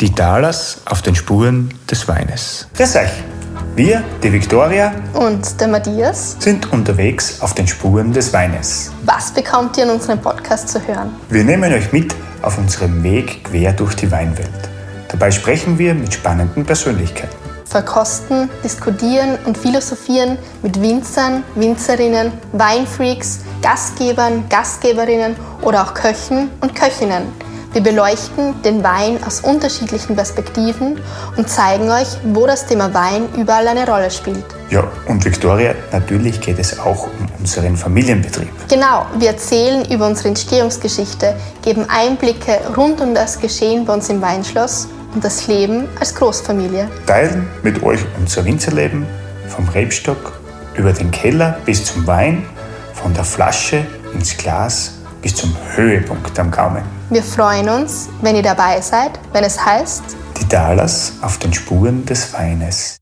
Die Talas auf den Spuren des Weines. Grüß euch! Wir, die Victoria, Und der Matthias, sind unterwegs auf den Spuren des Weines. was bekommt ihr in unserem Podcast zu hören? Wir nehmen euch mit auf unserem Weg quer durch die Weinwelt. Dabei sprechen wir mit spannenden Persönlichkeiten. Verkosten, diskutieren und philosophieren mit Winzern, Winzerinnen, Weinfreaks, Gastgebern, Gastgeberinnen oder auch Köchen und Köchinnen. Wir beleuchten den Wein aus unterschiedlichen Perspektiven und zeigen euch, wo das Thema Wein überall eine Rolle spielt. Ja, und Victoria, natürlich geht es auch um unseren Familienbetrieb. Genau, wir erzählen über unsere Entstehungsgeschichte, geben Einblicke rund um das Geschehen bei uns im Weinschloss und das Leben als Großfamilie. Teilen mit euch unser Winzerleben vom Rebstock über den Keller bis zum Wein, von der Flasche ins Glas bis zum Höhepunkt am Gaumen. Wir freuen uns, wenn ihr dabei seid, wenn es heißt, Die Talas auf den Spuren des Weines.